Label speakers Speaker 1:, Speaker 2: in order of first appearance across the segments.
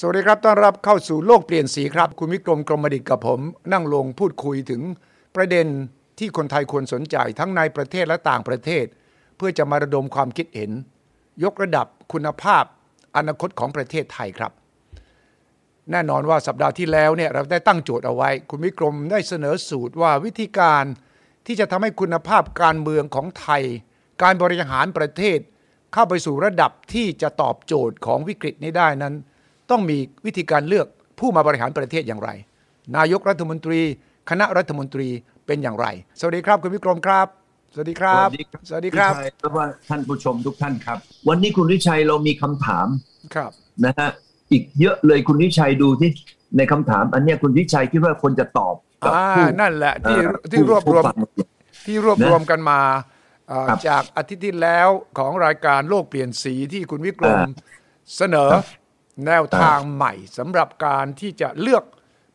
Speaker 1: สวัสดีครับ ต้อนรับเข้าสู่โลกเปลี่ยนสีครับ คุณวิกรมกรมดิษฐ์กับผม นั่งลงพูดคุยถึงประเด็นที่คนไทยควรสนใจทั้งในประเทศและต่างประเทศ เพื่อจะมาระดมความคิดเห็น ยกระดับคุณภาพอนาคตของประเทศไทยครับ แน่นอนว่าสัปดาห์ที่แล้วเนี่ยเราได้ตั้งโจทย์เอาไว้ คุณวิกรมได้เสนอสูตรว่าวิธีการที่จะทำให้คุณภาพการเมืองของไทย การบริหารประเทศ เข้าไปสู่ระดับที่จะตอบโจทย์ของวิกฤตนี้ได้นั้น ต้องมีวิธีการเลือกผู้มาบริหารประเทศอย่างไร นายกรัฐมนตรี คณะรัฐมนตรีเป็นอย่างไร สวัสดีครับ คุณวิกรมครับ สวัสดีครับ สวัสดีครับ
Speaker 2: วิชัยแล้วว่าท่านผู้ชมทุกท่านครับ วันนี้คุณวิชัยเรามีคำถาม
Speaker 1: ครับ
Speaker 2: นะฮะอีกเยอะเลยคุณวิชัยดูที่ในคำถามอันเนี้ยคุณวิชัยคิดว่าคนจะตอบกับ
Speaker 1: อ่า
Speaker 2: ผู้
Speaker 1: นั่นแหละที่
Speaker 2: เอ่อ
Speaker 1: ที่รวบรวม
Speaker 2: ผู้ฟัง
Speaker 1: ที่รวบรวมกันมาเอ่อ
Speaker 2: ครับ
Speaker 1: จากอาทิตย์ที่แล้วของรายการโลกเปลี่ยนสีที่คุณวิกรม
Speaker 2: อ่า
Speaker 1: เสนอ
Speaker 2: ครับ
Speaker 1: แนวทางใหม่สำหรับการที่จะเลือก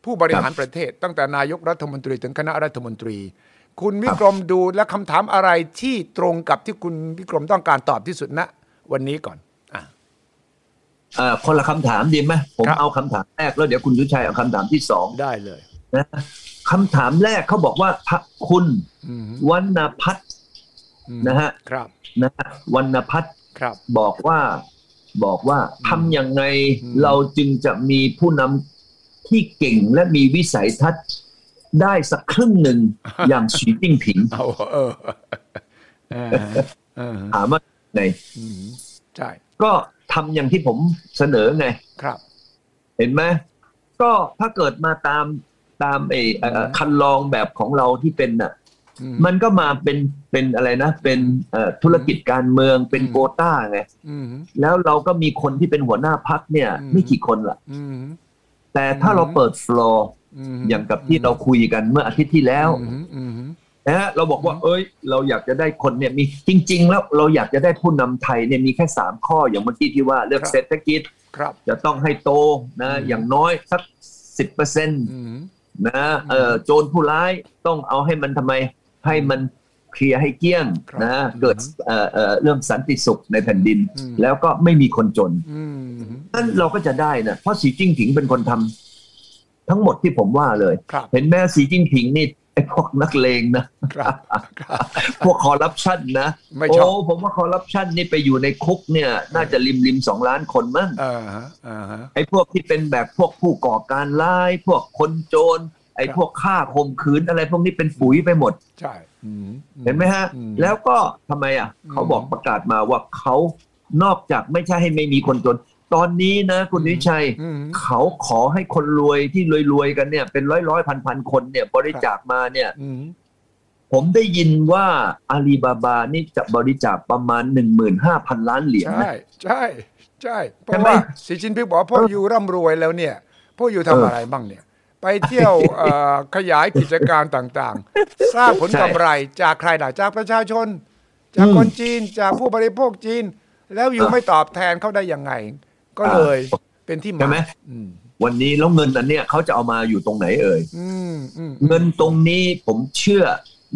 Speaker 1: ผู้บริหารประเทศ ตั้งแต่นายกรัฐมนตรีถึงคณะรัฐมนตรี คุณวิกรมดูและคำถามอะไรที่ตรงกับที่คุณวิกรมต้องการตอบที่สุดณวันนี้ก่อนอ่ะ
Speaker 2: เอ่อคนละคำถามดีไหมผม
Speaker 1: ครับ
Speaker 2: เอาคำถามแรกแล้วเดี๋ยวคุณวิชัยเอาคำถามที่สอง
Speaker 1: ได้เลย
Speaker 2: นะคำถามแรกเขาบอกว่าพระคุณ
Speaker 1: อืม
Speaker 2: วรรณพัฒน์
Speaker 1: อืม
Speaker 2: นะฮะ
Speaker 1: ครับ
Speaker 2: นะฮะวรรณพัฒน์
Speaker 1: ครับ
Speaker 2: บอกว่าบอกว่าทำอย่างไง
Speaker 1: อืม
Speaker 2: เราจึงจะมีผู้นำที่เก่งและมีวิสัยทัศน์ได้สักครึ่ง หนึ่ง อย่างสีจิ้งผิง
Speaker 1: เอาเออเออเออ
Speaker 2: ถามว่าไง
Speaker 1: อืมใช่
Speaker 2: ก็ทำอย่างที่ผมเสนอไง
Speaker 1: ครับ
Speaker 2: เห็นไหมก็ถ้าเกิดมาตามตามเออเอ่อคันลองแบบของเราที่เป็นน่ะ
Speaker 1: อืม
Speaker 2: มันก็มาเป็นเป็นอะไรนะ เป็นเอ่อธุรกิจการเมืองเป็น
Speaker 1: อืม
Speaker 2: โกต้าไง
Speaker 1: อืม
Speaker 2: แล้วเราก็มีคนที่เป็นหัวหน้าพักเนี่ย
Speaker 1: อืม
Speaker 2: ไม่กี่คนล่ะ
Speaker 1: อืม
Speaker 2: แต่ถ้าเราเปิดฟลอร์
Speaker 1: ม
Speaker 2: อย่างกับที่เราคุยกันเมื่ออาทิตย์ที่แล้ว
Speaker 1: อืมอืมอืม
Speaker 2: นะฮะเราบอกว่า
Speaker 1: อืม
Speaker 2: เอ้ย เราอยากจะได้คนเนี่ยมีจริง ๆ แล้วเราอยากจะได้ผู้นำไทยเนี่ยมีแค่ 3 ข้ออย่างเมื่อกี้ที่ว่าเลือกเศรษฐกิจ
Speaker 1: ครับ
Speaker 2: จะต้องให้โต
Speaker 1: อื
Speaker 2: นะ
Speaker 1: ม
Speaker 2: อย่างน้อยสัก 10%น
Speaker 1: อืม
Speaker 2: ะเอ่อโจรผู้ร้ายต้องเอาให้มันทำไม ให้มันเคลียร์ให้เกลี้ยง
Speaker 1: ครับ
Speaker 2: นะเกิด
Speaker 1: อืม
Speaker 2: เอ่อเอ่อเรื่องสันติสุขในแผ่นดิน
Speaker 1: อืม
Speaker 2: แล้วก็ไม่มีคนจน
Speaker 1: อืม
Speaker 2: นั่นเราก็จะได้นะเพราะสีจิ้งผิงเป็นคนทำทั้งหมดที่ผมว่าเลย
Speaker 1: ครับ
Speaker 2: เห็นแม่สีจิ้นผิงนี่ไอ้พวกนักเลง นะ
Speaker 1: ครับครับ
Speaker 2: พวกคอร์รัปชันนะ
Speaker 1: ไม่ชอบ
Speaker 2: โอ้ผมว่าคอร์รัปชันนี่ไปอยู่ในคุกเนี่ย น่าจะริมริมสองล้านคนมั้ง
Speaker 1: เออฮะเออฮะ
Speaker 2: ไอ้พวกที่เป็นแบบพวกผู้ก่อการร้าย พวกคนโจร ไอ้
Speaker 1: ครับ
Speaker 2: พวกฆ่าข่มขืนอะไรพวกนี้เป็นปุ๋ยไปหมด
Speaker 1: ใช่อืม
Speaker 2: เห็นไหมฮะ
Speaker 1: อืม
Speaker 2: แล้วก็ทำไมอ่ะ
Speaker 1: อืม
Speaker 2: เขาบอกประกาศมาว่าเขานอกจากไม่ใช่ให้ไม่มีคนจน ตอนนี้นะ คุณ
Speaker 1: อืม
Speaker 2: วิชัย
Speaker 1: อืม
Speaker 2: เขาขอให้คนรวยที่รวยๆกันเนี่ย เป็นร้อยร้อยพันพันๆคนเนี่ยบริจาคมาเนี่ย
Speaker 1: อืม
Speaker 2: ผมได้ยินว่าอาลีบาบานี่จะบริจาคประมาณ 15,000 ล้านเหรียญ
Speaker 1: ใช่
Speaker 2: นะ
Speaker 1: ใช่ ใช่เพ
Speaker 2: ใช่
Speaker 1: ราะ
Speaker 2: ไหม
Speaker 1: ว่าสีจินพิงบอกว่าพ่อ
Speaker 2: เออ
Speaker 1: อยูร่ำรวยแล้วเนี่ย พ่ออยู่
Speaker 2: เออ
Speaker 1: ทำอะไรบ้างเนี่ย ไปเที่ยวเอ่อขยายกิจการต่างๆ สร้างผล
Speaker 2: ใช่
Speaker 1: กำไรจากใครล่ะจากประชาชน จากคนจีนจากผู้บริโภคจีน แล้วอยู่ไม่ตอบแทนเขาได้ยังไง ก็เลยเป็นที่มา
Speaker 2: ใช่ไหม
Speaker 1: อืม
Speaker 2: วันนี้แล้วเงินอันเนี้ยเขาจะเอามาอยู่ตรงไหนเอ่ย
Speaker 1: อืมอืม
Speaker 2: เงินตรงนี้ผมเชื่อ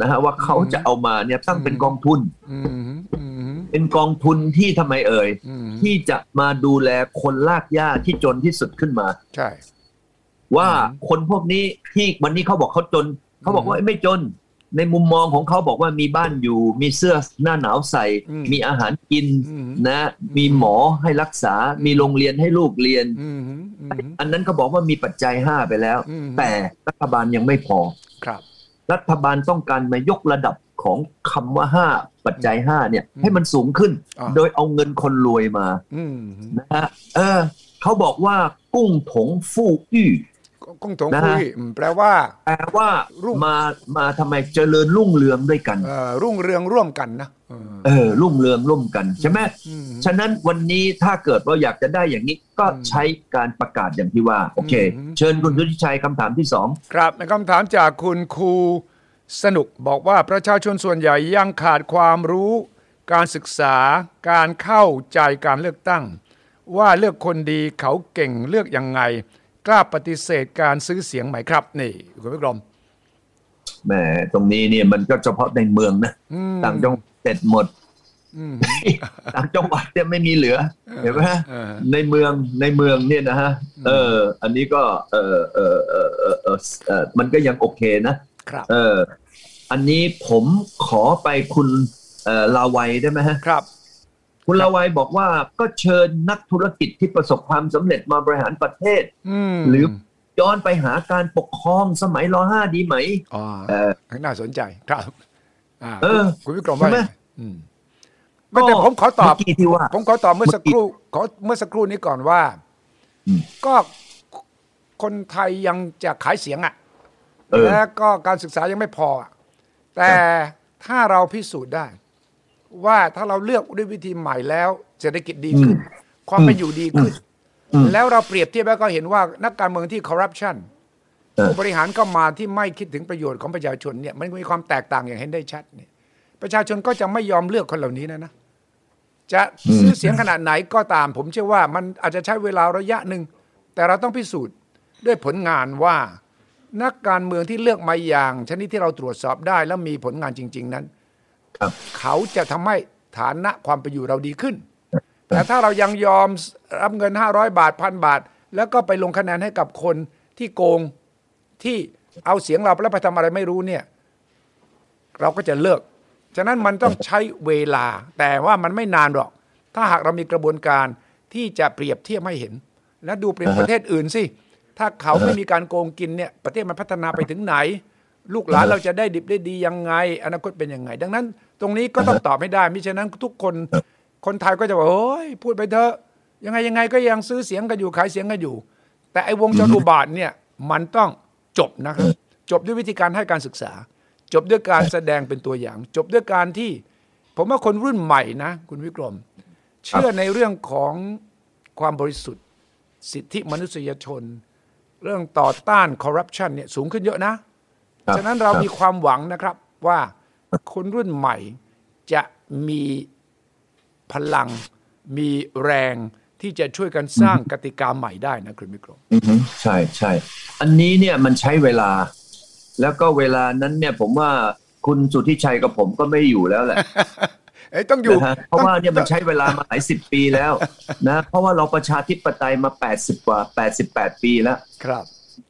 Speaker 2: นะฮะว่าเขาจะเอามาเนี่ยตั้งเป็น
Speaker 1: อืม
Speaker 2: กองทุน
Speaker 1: อืมอืม
Speaker 2: เป็นกองทุนที่ทำไมเอ่ย
Speaker 1: อืม
Speaker 2: ที่จะมาดูแลคนลากหญ้าที่จนที่สุดขึ้นมา
Speaker 1: ใช่
Speaker 2: ว่า
Speaker 1: อืม
Speaker 2: คนพวกนี้ที่วันนี้เขาบอกเขาจน เขาบอกว่าไม่จน ในมุมมองของเขาบอกว่ามีบ้านอยู่ มีเสื้อหน้าหนาวใส่
Speaker 1: อืม
Speaker 2: มีอาหารกิน
Speaker 1: อืม
Speaker 2: นะ มีหมอให้รักษา
Speaker 1: อืม
Speaker 2: มีโรงเรียนให้ลูกเรียน
Speaker 1: อืมอืม
Speaker 2: อันนั้นก็บอกว่ามีปัจจัย 5 ไปแล้ว
Speaker 1: อืม
Speaker 2: แต่รัฐบาลยังไม่พอ
Speaker 1: ครับ
Speaker 2: รัฐบาลต้องการมายกระดับของคำว่า 5 ปัจจัย 5 เนี่ย ให้มันสูงขึ้น
Speaker 1: อ่า
Speaker 2: โดยเอาเงินคนรวยมา
Speaker 1: อืม
Speaker 2: นะฮะเออเขาบอกว่ากุ้งผงฟู่อี้
Speaker 1: กงถง
Speaker 2: นะฮะ
Speaker 1: คุยอืมแปลว่า
Speaker 2: แปลว่า
Speaker 1: รุ่ง
Speaker 2: มามาทำไมเจริญรุ่งเรืองด้วยกัน
Speaker 1: เอ่อรุ่งเรืองร่วมกันนะเออ
Speaker 2: เออ รุ่งเรืองร่วมกันใช่ไหม
Speaker 1: อืม
Speaker 2: ฉะนั้นวันนี้ถ้าเกิดเราอยากจะได้อย่างนี้ก็
Speaker 1: อืม
Speaker 2: ใช้การประกาศอย่างที่ว่า โอเค
Speaker 1: อืม
Speaker 2: เชิญคุณยุทธิชัยคำถามที่สอง
Speaker 1: ครับคำถามจากคุณครูสนุกบอกว่าประชาชนส่วนใหญ่ยังขาดความรู้ การศึกษาการเข้าใจการเลือกตั้ง ว่าเลือกคนดีเขาเก่งเลือกยังไง กล้าปฏิเสธการซื้อเสียงไหมครับ นี่คุณพิกรม
Speaker 2: แหมตรงนี้เนี่ยมันก็เฉพาะในเมืองนะ
Speaker 1: อืม
Speaker 2: ต่างจังหวัดเสร็จหมด
Speaker 1: อืม
Speaker 2: ต่างจังหวัดเนี่ยไม่มีเหลือ เห็นไหมฮะ
Speaker 1: เออฮะ
Speaker 2: ในเมืองในเมืองเนี่ยนะฮะเออ อันนี้ก็เออเออเออเออเออเออมันก็ยังโอเคนะ
Speaker 1: ครับ
Speaker 2: เออ อันนี้ผมขอไปคุณเอ่อลาวัยได้ไหมฮะ
Speaker 1: ครับ
Speaker 2: คุณลาวัยบอกว่าก็เชิญนักธุรกิจที่ประสบความสำเร็จมาบริหารประเทศ
Speaker 1: อืม
Speaker 2: หรือย้อนไปหาการปกครองสมัยรห้าดีไหม
Speaker 1: อ๋อ
Speaker 2: เออ
Speaker 1: น่าสนใจครับอ่า
Speaker 2: เออ
Speaker 1: คุณวิกรมว่า
Speaker 2: ใช่ไหม
Speaker 1: ยังไงอืมไม่แต่ผมขอตอบ
Speaker 2: เมื่กี้ที่ว่า
Speaker 1: ผมขอตอบเมื่อสักครู่ขอเมื่อสักครู่นี้ก่อนว่า
Speaker 2: อืม
Speaker 1: ก็คนไทยยังจะขายเสียงอ่ะ
Speaker 2: เออ
Speaker 1: และก็การศึกษายังไม่พออะแต่ถ้าเราพิสูจน์ได้ ว่าถ้าเราเลือกด้วยวิธีใหม่แล้วเศรษฐกิจดีขึ้น ความเป็นอยู่ดีขึ้น แล้วเราเปรียบเทียบแล้วก็เห็นว่านักการเมืองที่คอร์รัปชัน
Speaker 2: เออ
Speaker 1: ผู้บริหารเข้ามาที่ไม่คิดถึงประโยชน์ของประชาชนเนี่ยมันมีความแตกต่างอย่างเห็นได้ชัดเนี่ย ประชาชนก็จะไม่ยอมเลือกคนเหล่านี้นะนะ จะซื้อเสียงขนาดไหนก็ตาม ผมเชื่อว่ามันอาจจะใช้เวลาระยะหนึ่ง แต่เราต้องพิสูจน์ด้วยผลงานว่า นักการเมืองที่เลือกมาอย่าง ชนิดที่เราตรวจสอบได้และมีผลงานจริง ๆ นั้น
Speaker 2: ครับ
Speaker 1: เขาจะทำให้ฐานะความเป็นอยู่เราดีขึ้น แต่ถ้าเรายังยอมรับเงิน 500 บาทพันบาท แล้วก็ไปลงคะแนนให้กับคนที่โกงที่เอาเสียงเราไปแล้วไปทำอะไรไม่รู้เนี่ย เราก็จะเลิก ฉะนั้นมันต้องใช้เวลา แต่ว่ามันไม่นานหรอก ถ้าหากเรามีกระบวนการที่จะเปรียบเทียบให้เห็น และดูเปรียบ
Speaker 2: อ่าฮะ
Speaker 1: ประเทศอื่นสิ ถ้าเขาไม่มีการโกงกินเนี่ย ประเทศมันพัฒนาไปถึงไหน ลูกหลานเราจะได้ดิบได้ดียังไง อนาคตเป็นยังไง ดังนั้น ตรงนี้ก็ต้องตอบให้ได้มิฉะนั้นทุกคนคนไทยก็จะบอกโอ้ยพูดไปเถอะยังไงยังไงก็ยังซื้อเสียงกันอยู่ขายเสียงกันอยู่ แต่ไอ้วงจรอุบาทเนี่ยมันต้องจบนะครับ จบด้วยวิธีการให้การศึกษา จบด้วยการแสดงเป็นตัวอย่าง จบด้วยการที่ ผมว่าคนรุ่นใหม่นะ คุณวิกรม เชื่อในเรื่องของความบริสุทธิ์ สิทธิมนุษยชน เรื่องต่อต้านคอร์รัปชันเนี่ยสูงขึ้นเยอะนะ
Speaker 2: ครับ
Speaker 1: ฉะนั้นเรา
Speaker 2: ครับ
Speaker 1: มีความหวังนะครับว่าคนรุ่นใหม่จะมีพลัง มีแรงที่จะช่วยกันสร้างกติกาใหม่ได้นะคุณมิกรม
Speaker 2: อือฮึใช่ใช่ อันนี้เนี่ยมันใช้เวลา แล้วก็เวลานั้นเนี่ยผมว่าคุณสุทธิชัยกับผมก็ไม่อยู่แล้วแหละ
Speaker 1: เอ้ ยต้องอยู่
Speaker 2: นะฮะเพราะว่าเนี่ยมั
Speaker 1: ต้
Speaker 2: น
Speaker 1: อง
Speaker 2: ใช้เวลามาหลายสิบปี แล้วนะเพราะว่าเราประชาธิปไตยมา 80 กว่า 88 ปีแล้ว
Speaker 1: ครับ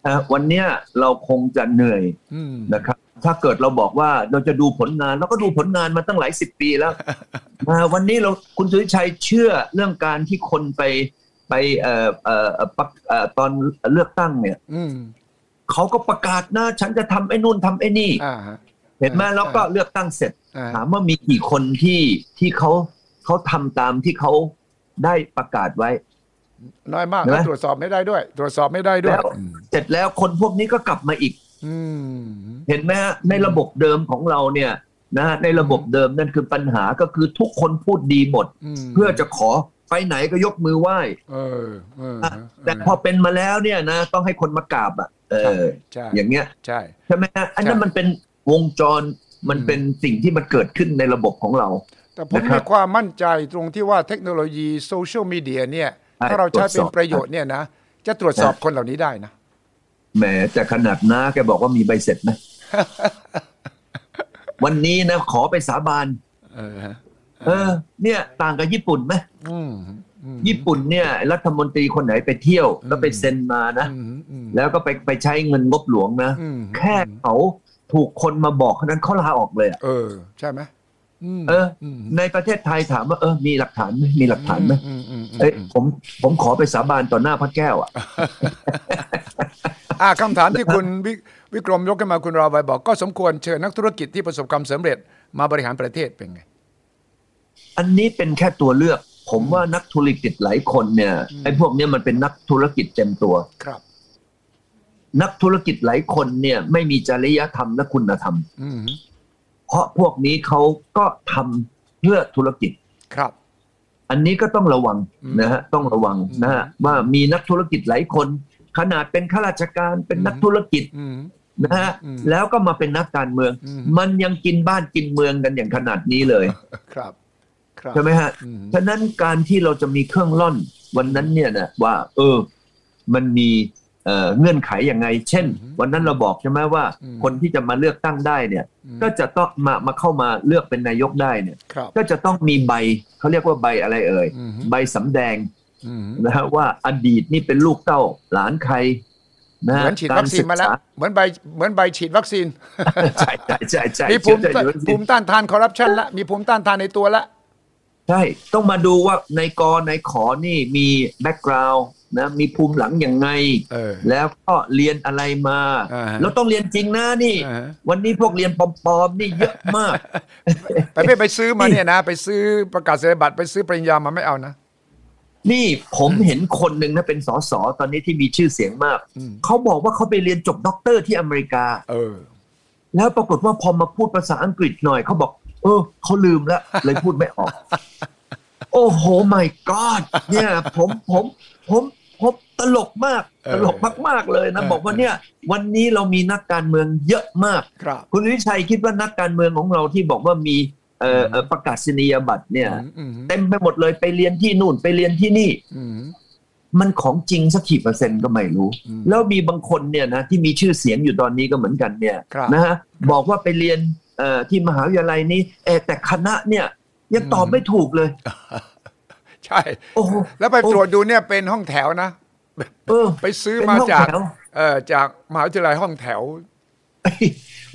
Speaker 2: นะวันเนี้ยเราคงจะเหนื่อย
Speaker 1: อืม
Speaker 2: นะครับ ถ้าเกิดเราบอกว่าเราจะดูผลงานเราก็ดูผลงานมาตั้งหลายสิบปี แล้วนะวันนี้เราคุณสุริชัยเชื่อเรื่องการที่คนไปไปเอ่อเอ่อเอ่อปะเอ่อตอนเลือกตั้งเนี่ย
Speaker 1: อืม
Speaker 2: เขาก็ประกาศนะฉันจะทำไอ้นู่นทำไอ้นี่
Speaker 1: อ่าฮะ
Speaker 2: เห็นไหม
Speaker 1: อ่า
Speaker 2: แล้วก็เลือกตั้งเสร็จ
Speaker 1: อ่า
Speaker 2: ถามว่ามีกี่คนที่ที่เขาเขาทำตามที่เขาได้ประกาศไว้
Speaker 1: น้อยมาก
Speaker 2: เห็นไหม
Speaker 1: และตรวจสอบไม่ได้ด้วย ตรวจสอบไม่ได้ด้วย
Speaker 2: แล้วเสร็จแล้วคนพวกนี้ก็กลับมาอีก
Speaker 1: อืม
Speaker 2: เห็นไหมฮะในระบบเดิมของเราเนี่ยนะฮะในระบบเดิมนั่นคือปัญหาก็คือทุกคนพูดดีหมด
Speaker 1: อืม
Speaker 2: เพื่อจะขอไปไหนก็ยกมือไหว้
Speaker 1: เออเออ
Speaker 2: อะ
Speaker 1: ฮะ
Speaker 2: แต่พอเป็นมาแล้วเนี่ยนะต้องให้คนมากราบอ่ะเอ
Speaker 1: ใช่
Speaker 2: อ
Speaker 1: ใช่
Speaker 2: อย่างเงี้ย
Speaker 1: ใช่
Speaker 2: ใช่ไหมฮะอันนั้
Speaker 1: ใช่
Speaker 2: นมันเป็นวงจรมันเป็นสิ่งที่มันเกิดขึ้นในระบบของเรา
Speaker 1: แต่ผม
Speaker 2: นะครั
Speaker 1: มี
Speaker 2: บ
Speaker 1: ความมั่นใจตรงที่ว่าเทคโนโลยีโซเชียลมีเดียเนี่ย
Speaker 2: ใช่
Speaker 1: ถ้าเราใช้
Speaker 2: ตรวจส
Speaker 1: เป็น
Speaker 2: อบ
Speaker 1: ประโยชน์เนี่ยนะ จะตรวจสอบคนเหล่านี้ได้นะ
Speaker 2: แหมแต่ขนาดน้าแกบอกว่ามีใบ เสร็จนะ วันนี้นะ ขอไปสาบาน
Speaker 1: เออฮะ
Speaker 2: เออ เนี่ย ต่างกับญี่ปุ่นไหม
Speaker 1: อืมอืม
Speaker 2: ญี่ปุ่นเนี่ย รัฐมนตรีคนไหนไปเที่ยว แล้วไปเซ็นมานะ
Speaker 1: อืมอืม
Speaker 2: แล้วก็ไปไปใช้เงินงบหลวงนะ
Speaker 1: อืม
Speaker 2: แค่เขาถูกคนมาบอกเท่านั้นเขาลาออกเลยอะ
Speaker 1: เออ ใช่ไหมอืม
Speaker 2: เอออ
Speaker 1: ม
Speaker 2: ในประเทศไทยถามว่าเออมีหลักฐานไหมมีหลักฐานไหม
Speaker 1: อืมอืมอืม
Speaker 2: เอ้ยผมผมขอไปสาบานต่อหน้าพระแก้วอ่ะ
Speaker 1: อ่าคำถามที่คุณวิวิกรมยกขึ้นมาคุณรอไว้บอก ก็สมควรเชิญนักธุรกิจที่ประสบความสำเร็จมาบริหารประเทศเป็นไง
Speaker 2: อันนี้เป็นแค่ตัวเลือก ผมว่านักธุรกิจหลายคนเนี่ยไอ้พวกเนี้ยมันเป็นนักธุรกิจเต็มตัว
Speaker 1: ครับ
Speaker 2: นักธุรกิจหลายคนเนี่ยไม่มีจริยธรรมและคุณธรรม
Speaker 1: อืม
Speaker 2: เพราะพวกนี้เขาก็ทำเพื่อธุรกิจ
Speaker 1: ครับ
Speaker 2: อันนี้ก็ต้องระวังนะฮะต้องระวังนะฮะว่ามีนักธุรกิจหลายคน ขนาดเป็นข้าราชการเป็นนักธุรกิจ
Speaker 1: อืม
Speaker 2: นะฮะ
Speaker 1: อืม
Speaker 2: แล้วก็มาเป็นนักการเมือง
Speaker 1: อืม
Speaker 2: มันยังกินบ้านกินเมืองกันอย่างขนาดนี้เลย
Speaker 1: ครับ ครับ
Speaker 2: ใช่ไหมฮะ
Speaker 1: อืม
Speaker 2: ฉะนั้นการที่เราจะมีเครื่องล่อนวันนั้นเนี่ยนะว่า เออ มันมี เอ่อเงื่อนไขยังไง เช่น วันนั้นเราบอกใช่ไหมว่า คนที่จะมาเลือกตั้งได้เนี่ยก็จะต้องมามาเข้ามาเลือกเป็นนายกได้เนี่ย
Speaker 1: ครับ
Speaker 2: ก็จะต้องมีใบเขาเรียกว่าใบอะไรเอ่ย
Speaker 1: อือฮึ
Speaker 2: ใบสำแดง
Speaker 1: อืม
Speaker 2: นะฮะว่าอดีตนี่เป็นลูกเต้าหลานใครนะ
Speaker 1: เห
Speaker 2: ฮะ
Speaker 1: มือนฉีดวัคซีนมาแล้ว
Speaker 2: กรศึกษ
Speaker 1: เหมือนใบเหมือนใบฉีดวัคซีน
Speaker 2: ใช่ ใช่ใช่ใช่
Speaker 1: มีภูมิ
Speaker 2: เชื่อใจอยู่
Speaker 1: ภูมิต้านทานคอร์รัปชันละมีภูมิต้านทานในตัวละ
Speaker 2: ใช่ต้องมาดูว่าในกอในขอนี่มีแบ็กกราวน์นะมีภูมิหลังยังไง
Speaker 1: เออ
Speaker 2: แล้วก็เรียนอะไรมา
Speaker 1: อ่าฮะ
Speaker 2: แล้วต้องเรียนจริงนะนี่
Speaker 1: อ่าฮะ
Speaker 2: วันนี้พวกเรียนปลอมๆนี่เยอะ มาก
Speaker 1: ไปไม่ไปซื้อมาเนี่ยนะ ไปซื้อประกาศนียบัตรไปซื้อปริญญามาไม่เอานะ
Speaker 2: นี่ผมเห็นคนหนึ่งนะเป็นสสตอนนี้ที่มีชื่อเสียงมาก เขาบอกว่าเขาไปเรียนจบด็อกเตอร์ที่อเมริกา
Speaker 1: เออ
Speaker 2: แล้วปรากฏว่าพอมาพูดภาษาอังกฤษหน่อยเขาบอก เออเขาลืมแล้ว เลยพูดไม่ออก โอ้โห my god เนี่ย ผมผมผมผมตลกมาก
Speaker 1: เออ
Speaker 2: ตลกมากๆเลยนะ
Speaker 1: เออ
Speaker 2: บอกว่าเนี่ย วันนี้เรามีนักการเมืองเยอะมาก
Speaker 1: ครับ
Speaker 2: คุณวิชัยคิดว่านักการเมืองของเราที่บอกว่ามีเอ่อเอ่อประกาศนียบัตรเนี่ย
Speaker 1: อืมอืม
Speaker 2: เต็มไปหมดเลยไปเรียนที่นู่นไปเรียนที่นี่
Speaker 1: อืม
Speaker 2: มันของจริงสักกี่เปอร์เซ็นต์ก็ไม่รู้
Speaker 1: อืม
Speaker 2: แล้วมีบางคนเนี่ยนะที่มีชื่อเสียงอยู่ตอนนี้ก็เหมือนกันเนี่ย
Speaker 1: ครับ
Speaker 2: นะฮะบอกว่าไปเรียนเอ่อที่มหาวิทยาลัยนี้เอ่อแต่คณะเนี่ย ยังตอบไม่ถูกเลย
Speaker 1: ใช่
Speaker 2: โอ้โห
Speaker 1: แล้วไปตรวจดูเนี่ยเป็นห้องแถวนะ
Speaker 2: เออ
Speaker 1: ไปซื้อ
Speaker 2: เป็น
Speaker 1: มา
Speaker 2: ห้อง
Speaker 1: จาก
Speaker 2: แถว
Speaker 1: เอ่อจากมหาวิทยาลัยห้องแถว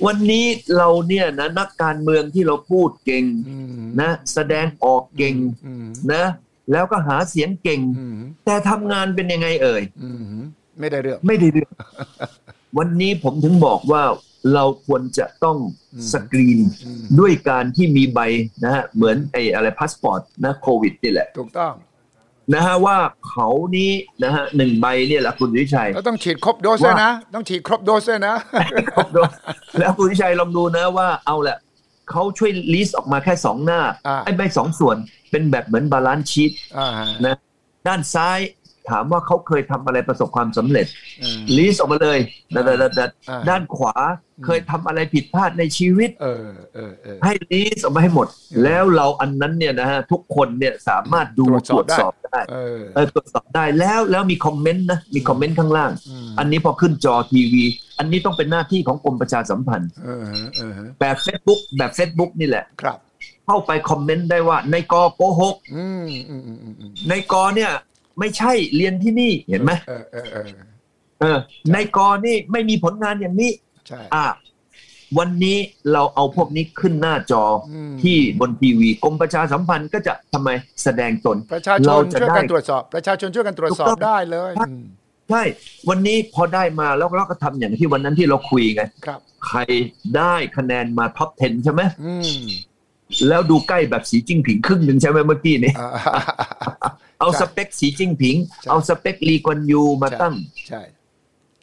Speaker 2: วันนี้เราเนี่ยนะนักการเมืองที่เราพูดเก่ง
Speaker 1: อืม
Speaker 2: นะแสดงออกเก่ง
Speaker 1: อืม
Speaker 2: นะแล้วก็หาเสียงเก่ง
Speaker 1: อืม
Speaker 2: แต่ทำงานเป็นยังไงเอ่ย
Speaker 1: อืมไม่ได้เรื่อง
Speaker 2: ไม่ได้เรื่อง วันนี้ผมถึงบอกว่าเราควรจะต้องสกรีนด้วยการที่มีใบนะฮะเหมือนไอ้อะไรพาสปอร์ตนะโควิดนี่แหละ
Speaker 1: ถูกต้อง
Speaker 2: นะฮะว่าเขานี้นะฮะหนึ่งใบเนี่ยแหละคุณวิชัย
Speaker 1: แล้วต้องฉีดครบโดสด้วยนะ ต้องฉีดครบโดสด้วยนะ
Speaker 2: แล้วคุณวิชัยลองดูนะว่าเอาแหละเขาช่วยลิสต์ออกมาแค่สองหน้า
Speaker 1: อ่า
Speaker 2: ไอ้ใบสองส่วนเป็นแบบเหมือนบาลานซ์ชีต
Speaker 1: อ่าฮะ
Speaker 2: นะด้านซ้ายถามว่าเขาเคยทำอะไรประสบความสำเร็จ
Speaker 1: อืม
Speaker 2: ลิสต์ออกมาเลยดัดดัดดัดดัด
Speaker 1: อ่า
Speaker 2: ด้านขวาเคยทำอะไรผิดพลาดในชีวิต
Speaker 1: เออเออเออ
Speaker 2: ให้ลิสต์ออกมาให้หมด แล้วเราอันนั้นเนี่ยนะฮะทุกคนเนี่ยสามารถดู
Speaker 1: ตรวจส
Speaker 2: ตร
Speaker 1: อบ
Speaker 2: วจ
Speaker 1: ได้
Speaker 2: สอบได้
Speaker 1: เออ
Speaker 2: เออตรวจสอบได้แล้วแล้วมีคอมเมนต์นะมีคอมเมนต์ข้างล่าง
Speaker 1: อืม
Speaker 2: อันนี้พอขึ้นจอทีวี อันนี้ต้องเป็นหน้าที่ของกรมประชาสัมพันธ์
Speaker 1: เออเออ
Speaker 2: แบบ Facebook แบบ Facebook นี่แหละ
Speaker 1: ครับ
Speaker 2: เข้าไปคอมเมนต์ได้ว่าในกอโกหก
Speaker 1: อืมอืมอืมอืมอืม
Speaker 2: ในกอเนี่ยไม่ใช่เรียนที่นี่เห็นไหม
Speaker 1: เออเออเออ
Speaker 2: เออในกอนี่ไม่มีผลงานอย่างนี้
Speaker 1: ใช่
Speaker 2: อ่ะ วันนี้เราเอาพวกนี้ขึ้นหน้าจออ
Speaker 1: ม
Speaker 2: ที่บนทีวีกรมประชาสัมพันธ์ก็จะทำไมแสดงตน
Speaker 1: ประชาช
Speaker 2: เรา
Speaker 1: น
Speaker 2: จะ
Speaker 1: ช่วย
Speaker 2: ได้
Speaker 1: กันตรวจสอบ ประชาชนช่วยกันตรวจสอบ
Speaker 2: ถูกต้อง
Speaker 1: ได้เลยอืม
Speaker 2: ใช่วันนี้พอได้มาแล้วเราก็ทำอย่างที่วันนั้นที่เราคุยไง
Speaker 1: ครับ
Speaker 2: ใครได้คะแนนมาท็อป 10 ใช่ไหม
Speaker 1: อืม
Speaker 2: แล้วดูใกล้แบบสีจิ้งผิงครึ่งหนึ่งใช่ไหมเมื่อกี้นี้
Speaker 1: อ่า
Speaker 2: เอา
Speaker 1: ใช่
Speaker 2: สเปคสีจิ้งผิง
Speaker 1: ใช่
Speaker 2: เอาสเปคลีกวนยูมาตั้ง
Speaker 1: ใช่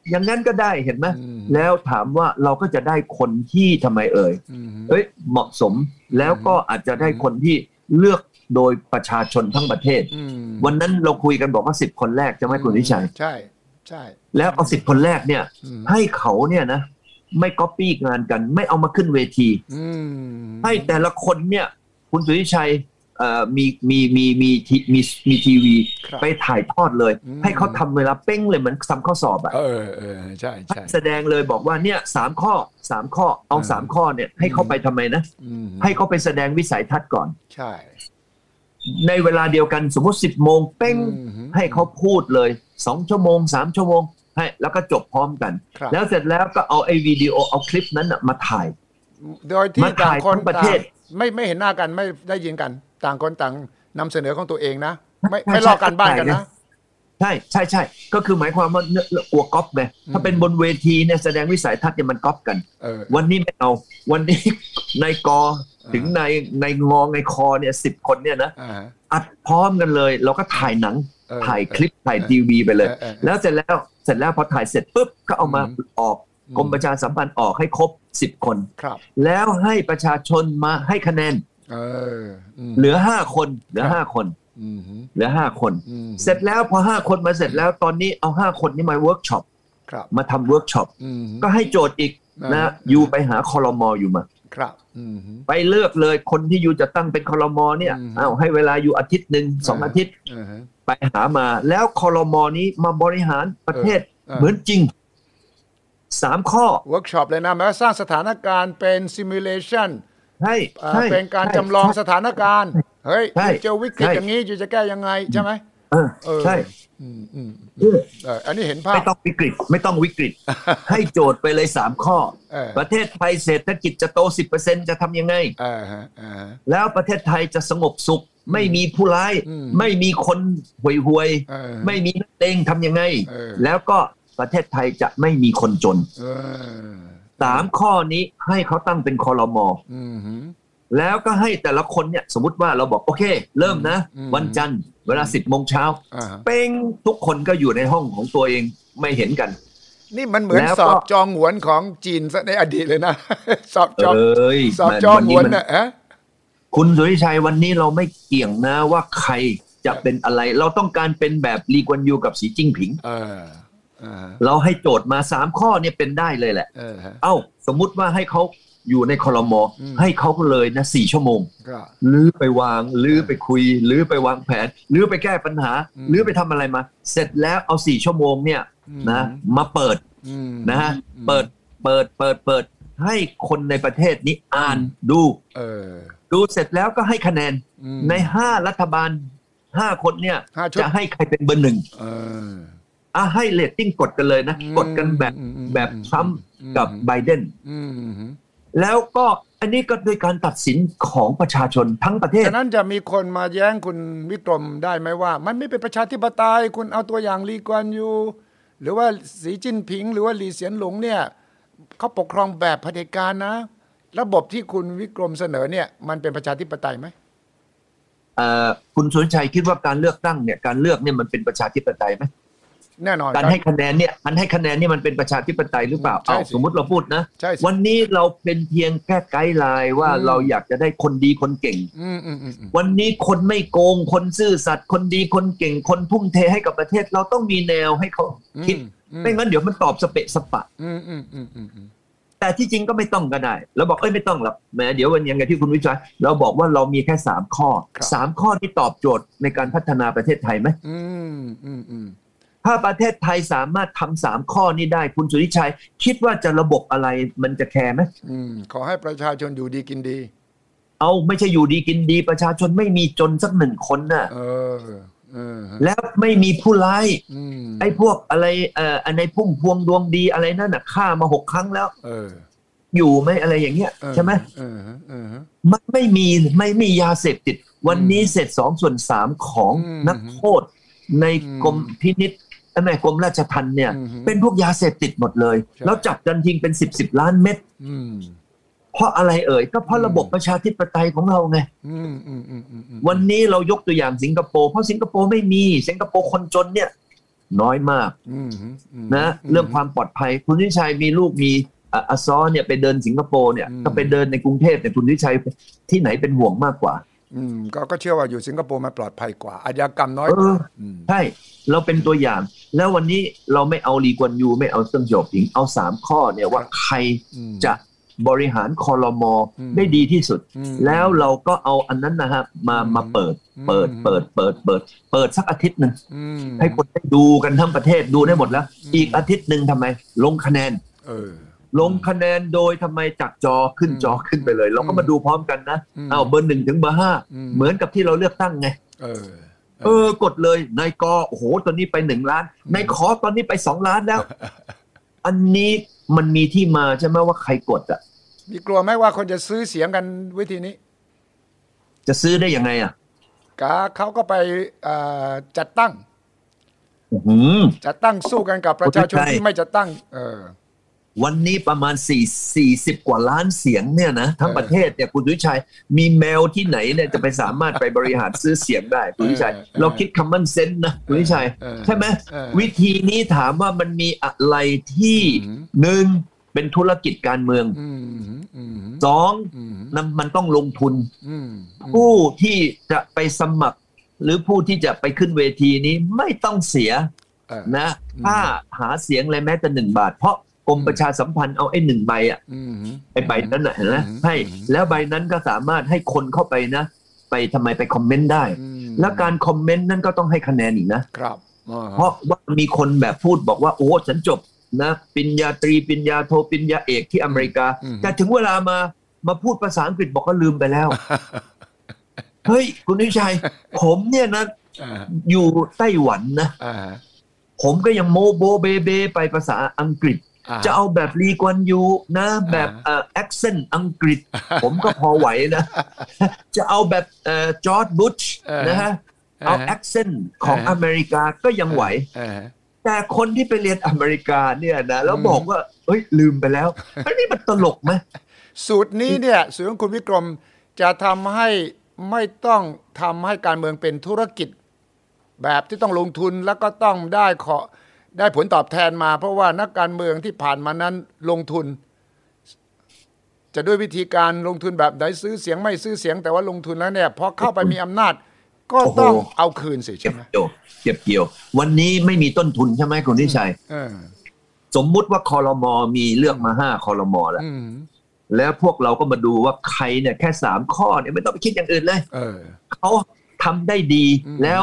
Speaker 2: อย่างนั้นก็ได้เห็นไหม
Speaker 1: อืม
Speaker 2: แล้วถามว่าเราก็จะได้คนที่ทำไมเอ่ย
Speaker 1: อืม
Speaker 2: เอ้ยเหมาะสมแล้วก็อาจจะได้คนที่เลือกโดยประชาชนทั้งประเทศ
Speaker 1: อืม
Speaker 2: วันนั้นเราคุยกันบอกว่าสิบคนแรกจะไหม่คุณวิชัย
Speaker 1: ใช่ ใช่
Speaker 2: แล้วเอาสิบคนแรกเนี่ย
Speaker 1: อืม
Speaker 2: ให้เขาเนี่ยนะ ไม่ก๊อปปี้งานกัน ไม่เอามาขึ้นเวที
Speaker 1: อืม
Speaker 2: ให้แต่ละคนเนี่ย คุณสุริชัยเอ่อมีมีมีมีทีมีมีทีวี
Speaker 1: ครับ
Speaker 2: ไปถ่ายทอดเลย
Speaker 1: อืม
Speaker 2: ให้เขาทำเวลาเป้งเลยเหมือนทำข้อสอบอะ
Speaker 1: เออเออใช่ใช่
Speaker 2: แสดงเลยบอกว่าเนี่ยสามข้อสามข้อเอา
Speaker 1: อืม
Speaker 2: สามข้อเนี่ย ให้เขาไปทำไมนะ
Speaker 1: อืม
Speaker 2: ให้เขาไปแสดงวิสัยทัศน์ก่อน
Speaker 1: ใช่
Speaker 2: ในเวลาเดียวกันสมมติสิบโมงเป้ง
Speaker 1: อืม
Speaker 2: ให้เขาพูดเลยสองชั่วโมงสามชั่วโมงให้แล้วก็จบพร้อมกัน
Speaker 1: ครับ
Speaker 2: แล้วเสร็จแล้วก็เอาไอ้วิดีโอเอาคลิปนั้นน่ะมาถ่าย
Speaker 1: โดยที่
Speaker 2: มา
Speaker 1: ต่า
Speaker 2: ถ่าง ย
Speaker 1: คน
Speaker 2: ทั้งประเทศ
Speaker 1: ต่างไม่ไม่เห็นหน้ากันไม่ได้ยินกัน ต่างคนต่างนำเสนอของตัวเองนะ ไม่ไม่ลอกกันบ้านกันนะ
Speaker 2: ใช่ใช่ใช่ก็คือหมายความว่าเนื้อกลัวก๊อปไงถ้าเป็นบนเวทีเนี่ยแสดงวิสัยทัศน์เนี่ยมันก๊อปกัน
Speaker 1: เออ
Speaker 2: วันนี้ไม่เอา วันนี้ ในกอถึงในในงอในคอเนี่ยสิบคนเนี่ยนะ
Speaker 1: อ่าฮะ
Speaker 2: อัดพร้อมกันเลย เราก็ถ่ายหนัง
Speaker 1: เออ
Speaker 2: ถ่ายคลิปถ่ายทีวีไปเลย
Speaker 1: เออเออเออ
Speaker 2: แล้วเสร็จแล้วเสร็จแล้วพอถ่ายเสร็จปุ๊บก็เอามา
Speaker 1: อืม
Speaker 2: ออก
Speaker 1: อืม
Speaker 2: กรมประชาสัมพันธ์ออกให้ครบ 10 คน
Speaker 1: ครับ
Speaker 2: แล้วให้ประชาชนมาให้คะแนน
Speaker 1: เอออืม
Speaker 2: เหลือ 5 คนเหลือ 5 คน
Speaker 1: อืมฮึ
Speaker 2: เหลือ 5 คน
Speaker 1: อืม
Speaker 2: เสร็จแล้วพอ 5 คนมาเสร็จแล้วตอนนี้เอา 5 คนนี้มาเวิร์กช็อป
Speaker 1: ครับ
Speaker 2: มาทำเวิร์กช็อป
Speaker 1: อืมฮึ
Speaker 2: ก็ให้โจทย์อีก
Speaker 1: อ่า
Speaker 2: นะยูไปหาคอรมออยู่มา
Speaker 1: ครับ อืมฮึ
Speaker 2: ไปเลือกเลยคนที่ยูจะตั้งเป็นคอรมอเนี่ย
Speaker 1: อืม
Speaker 2: เอาให้เวลายูอาทิตย์หนึ่งสองอาทิตย์
Speaker 1: อ่าฮะ
Speaker 2: ไปหามาแล้วคอรมอนี้มาบริหารประเทศ
Speaker 1: อ่า
Speaker 2: เหมือนจริงสามข้อ
Speaker 1: เวิร์กช็อปเลยนะแม้ว่าสร้างสถานการณ์เป็นซิมูเลชัน
Speaker 2: ใช่ใช่
Speaker 1: เป็นการ
Speaker 2: ใช่
Speaker 1: จำลองส
Speaker 2: ใช่
Speaker 1: ถานการณ์ เฮ้ย
Speaker 2: ใช่
Speaker 1: เจอวิกฤต
Speaker 2: ใช่
Speaker 1: อย่างนี้อยู่จะแก้ยังไงใช่ไหม
Speaker 2: เออ
Speaker 1: เออ
Speaker 2: ใช่
Speaker 1: อืมอืม
Speaker 2: เออ
Speaker 1: เอออันนี้เห็นภาพ
Speaker 2: ไม่ต้องวิกฤตไม่ต้องวิก ฤต ให้โจทย์ไปเลยสามข้อ
Speaker 1: เออ
Speaker 2: ประเทศไทยเศรษฐกิจจะโตสิบเปอร์เซ็นจะทำยังไง
Speaker 1: อ่าฮะอ่าฮะ
Speaker 2: แล้วประเทศไทยจะสงบสุข ไม่มีผู้ร้าย
Speaker 1: อืม
Speaker 2: ไม่มีคนห่วยหวยๆ
Speaker 1: เออ
Speaker 2: ไม่มีนักเลงทำยังไง
Speaker 1: เออ
Speaker 2: แล้วก็ประเทศไทยจะไม่มีคนจน
Speaker 1: เออ
Speaker 2: สามข้อนี้ให้เขาตั้งเป็นคอรมอ
Speaker 1: อืมฮึ
Speaker 2: แล้วก็ให้แต่ละคนเนี่ยสมมติว่าเราบอกโอเค เริ่มนะ
Speaker 1: อืม
Speaker 2: วันจันทร์เวลาสิบโมงเช้า
Speaker 1: อ่าฮะ
Speaker 2: เป้งทุกคนก็อยู่ในห้องของตัวเองไม่เห็นกัน
Speaker 1: นี่มันเหมือน
Speaker 2: แล้วก็
Speaker 1: สอบจองหวนของจีนซะในอดีตเลยนะ สอบจอง
Speaker 2: เอ้ย
Speaker 1: สอบ
Speaker 2: มัน
Speaker 1: จอง
Speaker 2: วัน
Speaker 1: ห
Speaker 2: นี้
Speaker 1: วน
Speaker 2: มัน
Speaker 1: นะฮะ
Speaker 2: คุณสุริชัยวันนี้เราไม่เกี่ยงนะว่าใครจะเป็นอะไร เราต้องการเป็นแบบลีกวนยูกับสีจิ้งผิง
Speaker 1: เอออ่าฮะ
Speaker 2: เราให้โจทย์มาสามข้อเนี่ยเป็นได้เลยแหละ
Speaker 1: เออฮะ
Speaker 2: เอ้า สมมุติว่าให้เขาอยู่ในคอรมอ
Speaker 1: อืม
Speaker 2: ให้เขาเลยนะสี่ชั่วโมง
Speaker 1: ก็
Speaker 2: ลื้อไปวางลื้อไปคุยลื้อไปวางแผนลื้อไปแก้ปัญหา
Speaker 1: อืม
Speaker 2: ลื้อไปทำอะไรมา เสร็จแล้วเอาสี่ชั่วโมงเนี่ย
Speaker 1: อืม
Speaker 2: นะมาเปิด
Speaker 1: อืม
Speaker 2: นะฮะเปิดเปิดเปิดเปิด ให้คนในประเทศนี้อ่านดู
Speaker 1: เออ
Speaker 2: ดูเสร็จแล้วก็ให้คะแนน
Speaker 1: อืม
Speaker 2: ในห้ารัฐบาลห้าคนเนี่ย
Speaker 1: ห้าชุด
Speaker 2: จะให้ใครเป็นเบอร์หนึ่ง
Speaker 1: เออ
Speaker 2: อ่ะให้เลตติ้งกดกันเลยนะ
Speaker 1: อืม
Speaker 2: กดกันแบบ
Speaker 1: อืมอืม
Speaker 2: แบบทรัมป์
Speaker 1: อืม
Speaker 2: กับไบเดน
Speaker 1: อืมฮึ
Speaker 2: แล้วก็อันนี้ก็ด้วยการตัดสินของประชาชนทั้งประเทศ
Speaker 1: ฉะนั้นจะมีคนมาแย้งคุณวิกรมได้ไหมว่า มันไม่เป็นประชาธิปไตยคุณเอาตัวอย่างลีกวนยูหรือว่าสีจิ้นผิง หรือว่าหลีเสียนหลงเนี่ยเขาปกครองแบบเผด็จการนะ ระบบที่คุณวิกรมเสนอเนี่ย มันเป็นประชาธิปไตยไหม
Speaker 2: เอ่อคุณสุนชัยคิดว่าการเลือกตั้งเนี่ยการเลือกเนี่ยมันเป็นประชาธิปไตยไหม
Speaker 1: แน่นอน
Speaker 2: การให้คะแนนเนี่ยการให้คะแนนเนี่ยมันเป็นประชาธิปไตยหรือเปล่า
Speaker 1: ใช่
Speaker 2: เอา
Speaker 1: สิ
Speaker 2: สมมติเราพูดนะ
Speaker 1: ใช่สิ
Speaker 2: วันนี้เราเป็นเพียงแค่ไกด์ไลน์ว่า
Speaker 1: อืม
Speaker 2: เราอยากจะได้คนดีคนเก่ง
Speaker 1: อืมอืมอืมอืม
Speaker 2: วันนี้คนไม่โกง คนซื่อสัตย์คนดีคนเก่ง คนทุ่มเทให้กับประเทศ เราต้องมีแนวให้เขาคิด ไม่งั้นเดี๋ยวมันตอบสเปะสปะ
Speaker 1: อืมอืมอืมอืมอืม
Speaker 2: แต่ที่จริงก็ไม่ต้องก็ได้เราบอกเอ้ยไม่ต้องหรอกแหมเดี๋ยววันยังไงที่คุณวิจัยเราบอกว่าเรามีแค่สามข้อสามข้อที่ตอบโจทย์ในการพัฒนาประเทศไทยไหม
Speaker 1: อืมอืมอืม
Speaker 2: ถ้าประเทศไทยสามารถทำสามข้อนี้ได้คุณสุริชัย คิดว่าจะระบบอะไรมันจะแคร์ไหม
Speaker 1: อืมขอให้ประชาชนอยู่ดีกินดี
Speaker 2: เอาไม่ใช่อยู่ดีกินดี ประชาชนไม่มีจนสักหนึ่งคนน่ะ
Speaker 1: เออ เออฮะ
Speaker 2: แล้วไม่มีผู้ร้าย
Speaker 1: อืม
Speaker 2: ไอ้พวกอะไรเอ่ออันในพุ่มพวงดวงดีอะไรนั่นน่ะฆ่ามาหกครั้งแล้ว
Speaker 1: เออ
Speaker 2: อยู่ไหมอะไรอย่างเงี้ย
Speaker 1: เออ
Speaker 2: ใช่ไหม
Speaker 1: เออฮะเออฮะ
Speaker 2: มันไม่มีไม่มียาเสพติด วันนี้เสร็จสองส่วนสามของ
Speaker 1: อืม
Speaker 2: นักโทษ ใน
Speaker 1: อืม
Speaker 2: กรมพินิษในกรมราชทัณฑ์เนี่ย
Speaker 1: อือหือ
Speaker 2: เป็นพวกยาเสพติดหมดเลย
Speaker 1: ใช่
Speaker 2: แล้วจับกันทิ้งเป็นสิบสิบล้านเม็ด
Speaker 1: อืม
Speaker 2: เพราะอะไรเอ่ย ก็เพ
Speaker 1: อื
Speaker 2: ราะ
Speaker 1: ม
Speaker 2: ระบบประชาธิปไตยของเราไง
Speaker 1: อืมอืมอืมอืมอืม
Speaker 2: วันนี้เรายกตัวอย่างสิงคโปร์เพราะสิงคโปร์ไม่มีสิงคโปร์คนจนเนี่ย น้อยมาก
Speaker 1: อืมฮึอืม
Speaker 2: นะเรื่องความปลอดภัย คุณวิชัยมีลูกมีอ่ะอาซอเนี่ยไปเดินสิงคโปร์เนี่ย
Speaker 1: อืม
Speaker 2: ก็ไปเดินในกรุงเทพเนี่ยคุณวิชัยที่ไหนเป็นห่วงมากกว่า
Speaker 1: อืมก็ก็เชื่อว่าอยู่สิงคโปร์มันปลอดภัยกว่าอาชญากรรมน้อย
Speaker 2: เออ
Speaker 1: อืม
Speaker 2: ใช่เราเป็นตัวอย่าง แล้ววันนี้เราไม่เอาลีกวนยูไม่เอาเซิงโจผิงเอาสามข้อเนี่ยว่าใคร
Speaker 1: อืม
Speaker 2: จะบริหารคอรมอ
Speaker 1: อืม
Speaker 2: ได้ดีที่สุด
Speaker 1: อืม
Speaker 2: แล้วเราก็เอาอันนั้นนะฮะมา
Speaker 1: อืม
Speaker 2: มาเปิด
Speaker 1: อืม
Speaker 2: เปิดเปิดเปิดเปิด เปิดสักอาทิตย์หนึ่ง
Speaker 1: อืม
Speaker 2: ให้คนได้ดูกันทั้งประเทศดูได้หมดแล้ว อีกอาทิตย์หนึ่งทำไม ลงคะแนน
Speaker 1: เออ
Speaker 2: ลงคะแนนโดยทำไมจากจอขึ้นจอขึ้นไปเลย เราก็มาดูพร้อมกันนะ
Speaker 1: อืม
Speaker 2: เอาเบอร์หนึ่งถึงเบอร์ห้า
Speaker 1: อืม
Speaker 2: เหมือนกับที่เราเลือกตั้งไง
Speaker 1: เออ
Speaker 2: เออกดเลยนายกอโอ้โหตอนนี้ไปหนึ่งล้านนายขอตอนนี้ไปสองล้านแล้ว อันนี้มันมีที่มาใช่ไหมว่าใครกดอ่ะ
Speaker 1: มีกลัวไหมว่าคนจะซื้อเสียงกันวิธีนี้
Speaker 2: จะซื้อได้ยังไงอ่ะ
Speaker 1: กาเขาก็ไปเอ่อจัดตั้ง
Speaker 2: อื้อหือ
Speaker 1: จัดตั้งสู้กันกับประชาชน
Speaker 2: คนที่ใช่
Speaker 1: ที่ไม่จัดตั้ง เออ
Speaker 2: วันนี้ประมาณ4 40 กว่าล้านเสียงเนี่ยนะทั้ง
Speaker 1: เออ
Speaker 2: ประเทศเนี่ยคุณดุชัย มีแมวที่ไหนเนี่ยจะไปสามารถไปบริหารซื้อเสียงได้คุณดุชัย
Speaker 1: เออเออ
Speaker 2: เราคิด common sense นะคุณดุชัย
Speaker 1: เออ
Speaker 2: ใช่ไหม
Speaker 1: เออ
Speaker 2: วิธีนี้ถามว่ามันมีอะไรที่
Speaker 1: อืม
Speaker 2: หนึ่งเป็นธุรกิจการเมือง
Speaker 1: อืมฮึอืมฮึ
Speaker 2: สอง
Speaker 1: อืมฮึ
Speaker 2: นำมันต้องลงทุน
Speaker 1: อืมฮึ
Speaker 2: ผู้ที่จะไปสมัคร หรือผู้ที่จะไปขึ้นเวทีนี้ไม่ต้องเสีย
Speaker 1: เออ
Speaker 2: นะ
Speaker 1: อืม
Speaker 2: ถ้าหาเสียงเลยแม้แต่หนึ่งบาท เพราะกรมประชาสัมพันธ์เอาไอ้หนึ่งใบอะ
Speaker 1: อืมฮึ
Speaker 2: ไอ้ใบนั้นน่ะเห็นไหม
Speaker 1: อืม
Speaker 2: ให้
Speaker 1: อืม
Speaker 2: แล้วใบนั้นก็สามารถให้คนเข้าไปนะ ไปทำไมไปคอมเมนต์ได้
Speaker 1: อืม
Speaker 2: แล้วการคอมเมนต์นั่นก็ต้องให้คะแนนอีกนะ
Speaker 1: ครับ อ๋อ
Speaker 2: เพราะว่ามีคนแบบพูดบอกว่าโอ้ฉันจบนะปริญญาตรีปริญญาโทปริญญาเอกที่อเมริกา
Speaker 1: อืม
Speaker 2: แต่ถึงเวลามามาพูดภาษาอังกฤษบอกก็ลืมไปแล้ว เฮ้ย คุณวิ ชัย ผมเนี่ยนะ
Speaker 1: อ่า
Speaker 2: อยู่ไต้หวันนะ
Speaker 1: อ่า
Speaker 2: ผมก็ยังโมโบเบเบไปภาษาอังกฤษ
Speaker 1: อ่า
Speaker 2: จะเอาแบบลีกวนยูนะ แบบ
Speaker 1: อ่า
Speaker 2: เอ่อแอคเซนต์อังกฤษ ผมก็พอไหวนะ จะเอาแบบเอ่อจอร์ดบุชนะฮะ เอาแอคเซนต์ของอเมริกาก็ยังไหว
Speaker 1: เออ
Speaker 2: แต่คนที่ไปเรียนอเมริกาเนี่ยนะ แล้วบอกว่า เอ้ย ลืมไปแล้วอันนี้มันตลกไหม
Speaker 1: สูตรนี้เนี่ยสูตรของคุณวิกรมจะทำให้ไม่ต้องทำให้การเมืองเป็นธุรกิจ แบบที่ต้องลงทุนแล้วก็ต้องได้ขอได้ผลตอบแทนมา เพราะว่านักการเมืองที่ผ่านมานั้นลงทุน จะด้วยวิธีการลงทุนแบบไหนซื้อเสียงไม่ซื้อเสียงแต่ว่าลงทุนแล้วเนี่ยพอเข้าไปมีอำนาจ ก็ต้อง
Speaker 2: โอ้โห
Speaker 1: เอาคืนสิ
Speaker 2: เก็
Speaker 1: ใช่
Speaker 2: บ
Speaker 1: ไหม
Speaker 2: เกี่ยวเก็บเกี่ยว วันนี้ไม่มีต้นทุนใช่ไหมคุณนิชัย
Speaker 1: เออ
Speaker 2: สมมุติว่าคอรมอมีเลือกมาห้าคอรมอแล้ว
Speaker 1: อืม
Speaker 2: แล้วพวกเราก็มาดูว่าใครเนี่ยแค่สามข้อเนี่ยไม่ต้องไปคิดอย่างอื่นเลย
Speaker 1: เออ
Speaker 2: เขาทำได้ดี
Speaker 1: อืม
Speaker 2: แล้ว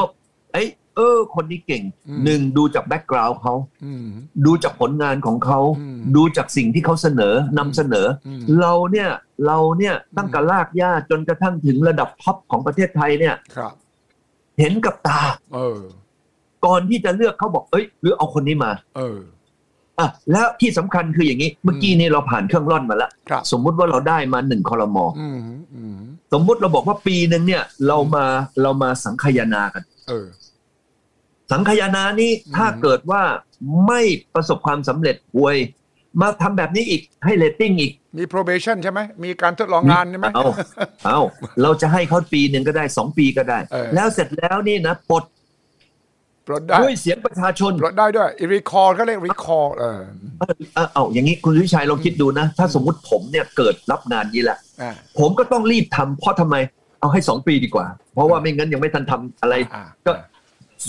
Speaker 2: เอ้ยเออ คนนี้เก่ง
Speaker 1: อืม
Speaker 2: หนึ่งดูจากแบ็กกราวด์เขา
Speaker 1: อืม
Speaker 2: ดูจากผลงานของเขา
Speaker 1: อืม
Speaker 2: ดูจากสิ่งที่เขาเสนอนำเสนออ
Speaker 1: ม
Speaker 2: เราเนี่ยเราเนี่ยตั้งแต่รากหญ้าจนกระทั่งถึงระดับท็อปของประเทศไทยเนี่ย
Speaker 1: ครับ
Speaker 2: เห็นกับตา
Speaker 1: เออ
Speaker 2: ก่อนที่จะเลือกเขาบอกเอ้ย หรือเอาคนนี้มา
Speaker 1: เออ
Speaker 2: อ่ะแล้วที่สำคัญคืออย่างนี้ เมื่อกี้นี้เราผ่านเครื่องร่อนมาแล้ว
Speaker 1: ครับ
Speaker 2: สมมุติว่าเราได้มาหนึ่งคอรมอ
Speaker 1: อืมอืม
Speaker 2: สมมุติเราบอกว่าปีหนึ่งเนี่ยเรามาเรามาสังคายนากัน
Speaker 1: เออ
Speaker 2: สังคายนานี้
Speaker 1: อืม
Speaker 2: ถ้าเกิดว่าไม่ประสบความสำเร็จป่วย มาทำแบบนี้อีกให้เลตติ้งอีก
Speaker 1: มี probation ใช่ไหม มีการทดลองงานใช่ไหม
Speaker 2: เอาเอาเราจะให้เขาปีหนึ่งก็ได้สองปีก็ได้
Speaker 1: เออ
Speaker 2: แล้วเสร็จแล้วนี่นะปลด
Speaker 1: ปลดได้
Speaker 2: ด้วยเสียงประชาชน
Speaker 1: ปลดได้ด้วย recall ก็เรียก recall เออ
Speaker 2: เออเออเอาอย่างนี้คุณวิชัยลองคิดดูนะ ถ้าสมมุติผมเนี่ยเกิดรับงานนี้แหละ
Speaker 1: อ่า
Speaker 2: ผมก็ต้องรีบทำเพราะทำไม เอาให้สองปีดีกว่า เพราะว่าไม่งั้นยังไม่ทันทำอะไร
Speaker 1: อ่า
Speaker 2: ก็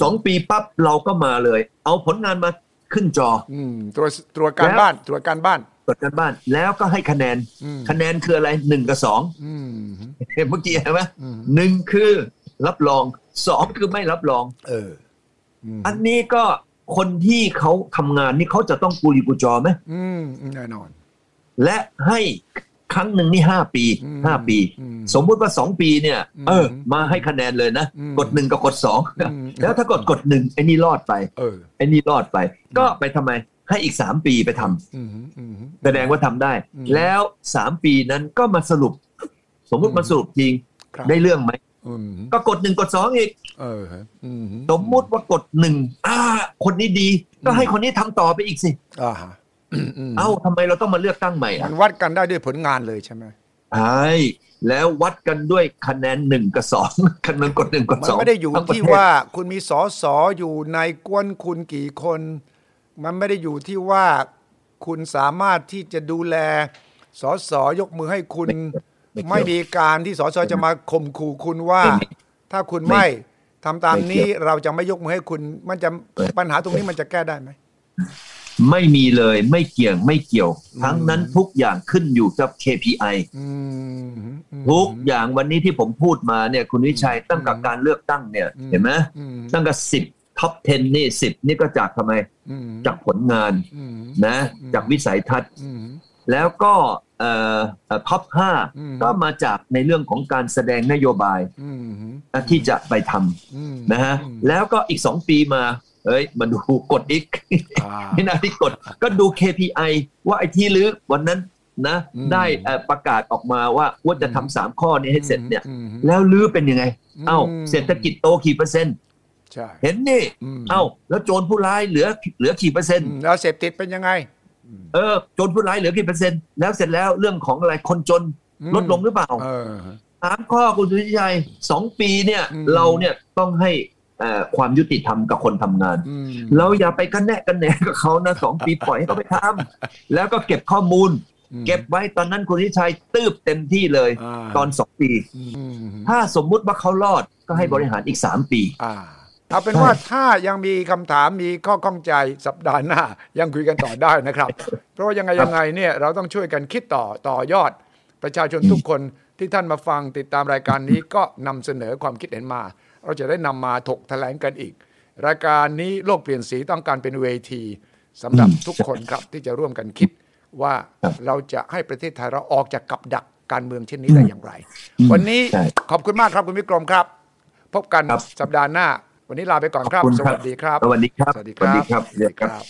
Speaker 2: สองปีปั๊บเราก็มาเลย เอาผลงานมาขึ้นจอ
Speaker 1: อืมตรวจตรวจการ
Speaker 2: แล้ว
Speaker 1: บ้านตรวจการบ้าน
Speaker 2: ตรวจการบ้าน แล้วก็ให้คะแนน
Speaker 1: อืม
Speaker 2: คะแนนคืออะไรหนึ่งกับสอง
Speaker 1: อืม
Speaker 2: เมื่อกี้เห็นไหม
Speaker 1: อืม
Speaker 2: หนึ่งคือรับรองสองคือไม่รับรอง
Speaker 1: เอออืม
Speaker 2: อันนี้ก็คนที่เขาทำงานนี่เขาจะต้องกูรีกูจอไหม
Speaker 1: อืมแน่นอน
Speaker 2: และให้ครั้งหนึ่งนี่ห้าปี
Speaker 1: อืม
Speaker 2: ห้าปี
Speaker 1: อืม
Speaker 2: สมมุติว่าสองปีเนี่ย
Speaker 1: อืม
Speaker 2: เออ มาให้คะแนนเลยนะ
Speaker 1: อืม
Speaker 2: กดหนึ่งกับกดสอง
Speaker 1: อืม
Speaker 2: แล้วถ้ากดกดหนึ่งไอ้นี่รอดไป
Speaker 1: เออ
Speaker 2: ไอ้นี่รอดไป ก็ไปทำไมให้อีกสามปีไปทำ
Speaker 1: อืมอืม
Speaker 2: แสดงว่าทำได้
Speaker 1: อืม
Speaker 2: แล้วสามปีนั้นก็มาสรุป สมมุติมาสรุปจริง
Speaker 1: ครับ
Speaker 2: ได้เรื่องไหม
Speaker 1: อืม
Speaker 2: ก็กดหนึ่งกดสองอีก
Speaker 1: เอออืม
Speaker 2: สมมุติว่ากดหนึ่งอ่า คนนี้ดี ก็ให้คนนี้ทำต่อไปอีกสิ
Speaker 1: อ่าฮะอืมอืม
Speaker 2: เอ้าทำไมเราต้องมาเลือกตั้งใหม่
Speaker 1: มั
Speaker 2: อ่ะ
Speaker 1: นวัดกันได้ด้วยผลงานเลยใช่ไหม
Speaker 2: ใช่แล้ววัดกันด้วยคะแนนหนึ่งกับสอง คะแนนกดหนึ่งกด
Speaker 1: มั
Speaker 2: ส
Speaker 1: น
Speaker 2: อง
Speaker 1: ไม่ได้อยู่
Speaker 2: งประ
Speaker 1: ที่
Speaker 2: เศ
Speaker 1: ว่าคุณมีสอสออยู่ในกวนคุณกี่คน มันไม่ได้อยู่ที่ว่าคุณสามารถที่จะดูแลสอสอยกมือให้คุณ ไม่มีการที่สอสอจะมาข่มขู่คุณว่า ถ้าคุณไม่ทำตามนี้เราจะไม่ยกมือให้คุณ มันจะปัญหาตรงนี้มันจะแก้ได้ไหม
Speaker 2: ไม่มีเลยไม่เกี่ยงไม่เกี่ยว ทั้งนั้นทุกอย่างขึ้นอยู่กับ KPI
Speaker 1: อืมอืม
Speaker 2: ทุกอย่างวันนี้ที่ผมพูดมาเนี่ยคุณวิชัยตั้งแต่การเลือกตั้งเนี่ย
Speaker 1: อืม
Speaker 2: เห็นไหม
Speaker 1: อืม
Speaker 2: ตั้งแต่สิบท็อป 10 นี่สิบนี่ก็จากทำไม
Speaker 1: อืม
Speaker 2: จากผลงาน
Speaker 1: อืม
Speaker 2: นะ จากวิสัยทัศน์
Speaker 1: อืม
Speaker 2: แล้วก็เอ่อท็อปห้า
Speaker 1: อืม
Speaker 2: ก็มาจากในเรื่องของการแสดงนโยบาย
Speaker 1: อืม
Speaker 2: ที่จะไปท
Speaker 1: อืม
Speaker 2: ำนะฮะแล้วก็อีก 2 ปีมาเอ้ยมาดูกดอีก
Speaker 1: อ่า
Speaker 2: นี่นาที่กดก็ดู KPI ว่าไอ้ที่ลือวันนั้นนะ
Speaker 1: อืม
Speaker 2: ได้เอ่อประกาศออกมาว่าว่าจะทำสามข้อนี้ให้เสร็จเนี่ย
Speaker 1: อืม
Speaker 2: แล้วลือเป็นยังไง เอ้า
Speaker 1: ม
Speaker 2: เศรษฐกิจโตกี่เปอร์เซ็นต์
Speaker 1: ใช่
Speaker 2: เห็นนี่
Speaker 1: ม
Speaker 2: เอ้า แล้วโจรผู้ร้ายเหลือเหลือกี่เปอร์เซ็น
Speaker 1: อื
Speaker 2: ต์
Speaker 1: มแล้วเสพติดเป็นยังไง
Speaker 2: เออโจรผู้ร้ายเหลือกี่เปอร์เซ็นต์แล้วเสร็จแล้วเรื่องของอะไรคนจน
Speaker 1: อืม
Speaker 2: ลดลงหรือเปล่า
Speaker 1: เออ
Speaker 2: สามข้อคุณสุทธิชัยสองปีเนี่ย
Speaker 1: อืม
Speaker 2: เราเนี่ยต้องให้เอ่อความยุติธรรมกับคนทำงาน
Speaker 1: อืม
Speaker 2: เราอย่าไปกันแนะกันแหนกับเขานะสองปีปล่อยให้เขาไปทำ แล้วก็เก็บข้อมูล เก็บไว้ตอนนั้นคุณสุทธิชัยตืบเต็มที่เลย
Speaker 1: า
Speaker 2: ตอนสองปี
Speaker 1: อืม
Speaker 2: ถ้าสมมุติว่าเขารอดก็ให้บริหารอีกสามปี
Speaker 1: อ่าเอาเป็น
Speaker 2: ใช่
Speaker 1: ว่าถ้ายังมีคำถามมีข้อข้องใจสัปดาห์หน้า ยังคุยกันต่อได้นะครับ เพราะว่ายังไงยังไงเนี่ยเราต้องช่วยกันคิดต่อต่อยอด ประชาชนทุกคนที่ท่านมา ฟังติดตามรายการนี้ก็นำเสนอความคิดเห็นมา เราจะได้นำมาถกแถลงกันอีก รายการนี้โลกเปลี่ยนสีต้องการเป็นเวทีสำหรับทุกคนครับที่จะร่วมกันคิดว่า
Speaker 2: ครับ
Speaker 1: เราจะให้ประเทศไทยเราออกจากกับดักการเมืองเช่นนี้ได้อย่างไร วันนี้
Speaker 2: ใช่
Speaker 1: ขอบคุณมากครับคุณวิกรมครับ พบกัน
Speaker 2: ครับ
Speaker 1: สัปดาห์หน้า วันนี้ลาไปก่อนครับ สวัสดีครับ
Speaker 2: สวัสดีครับ
Speaker 1: สวัสดีครับ
Speaker 2: สวัสดีครับ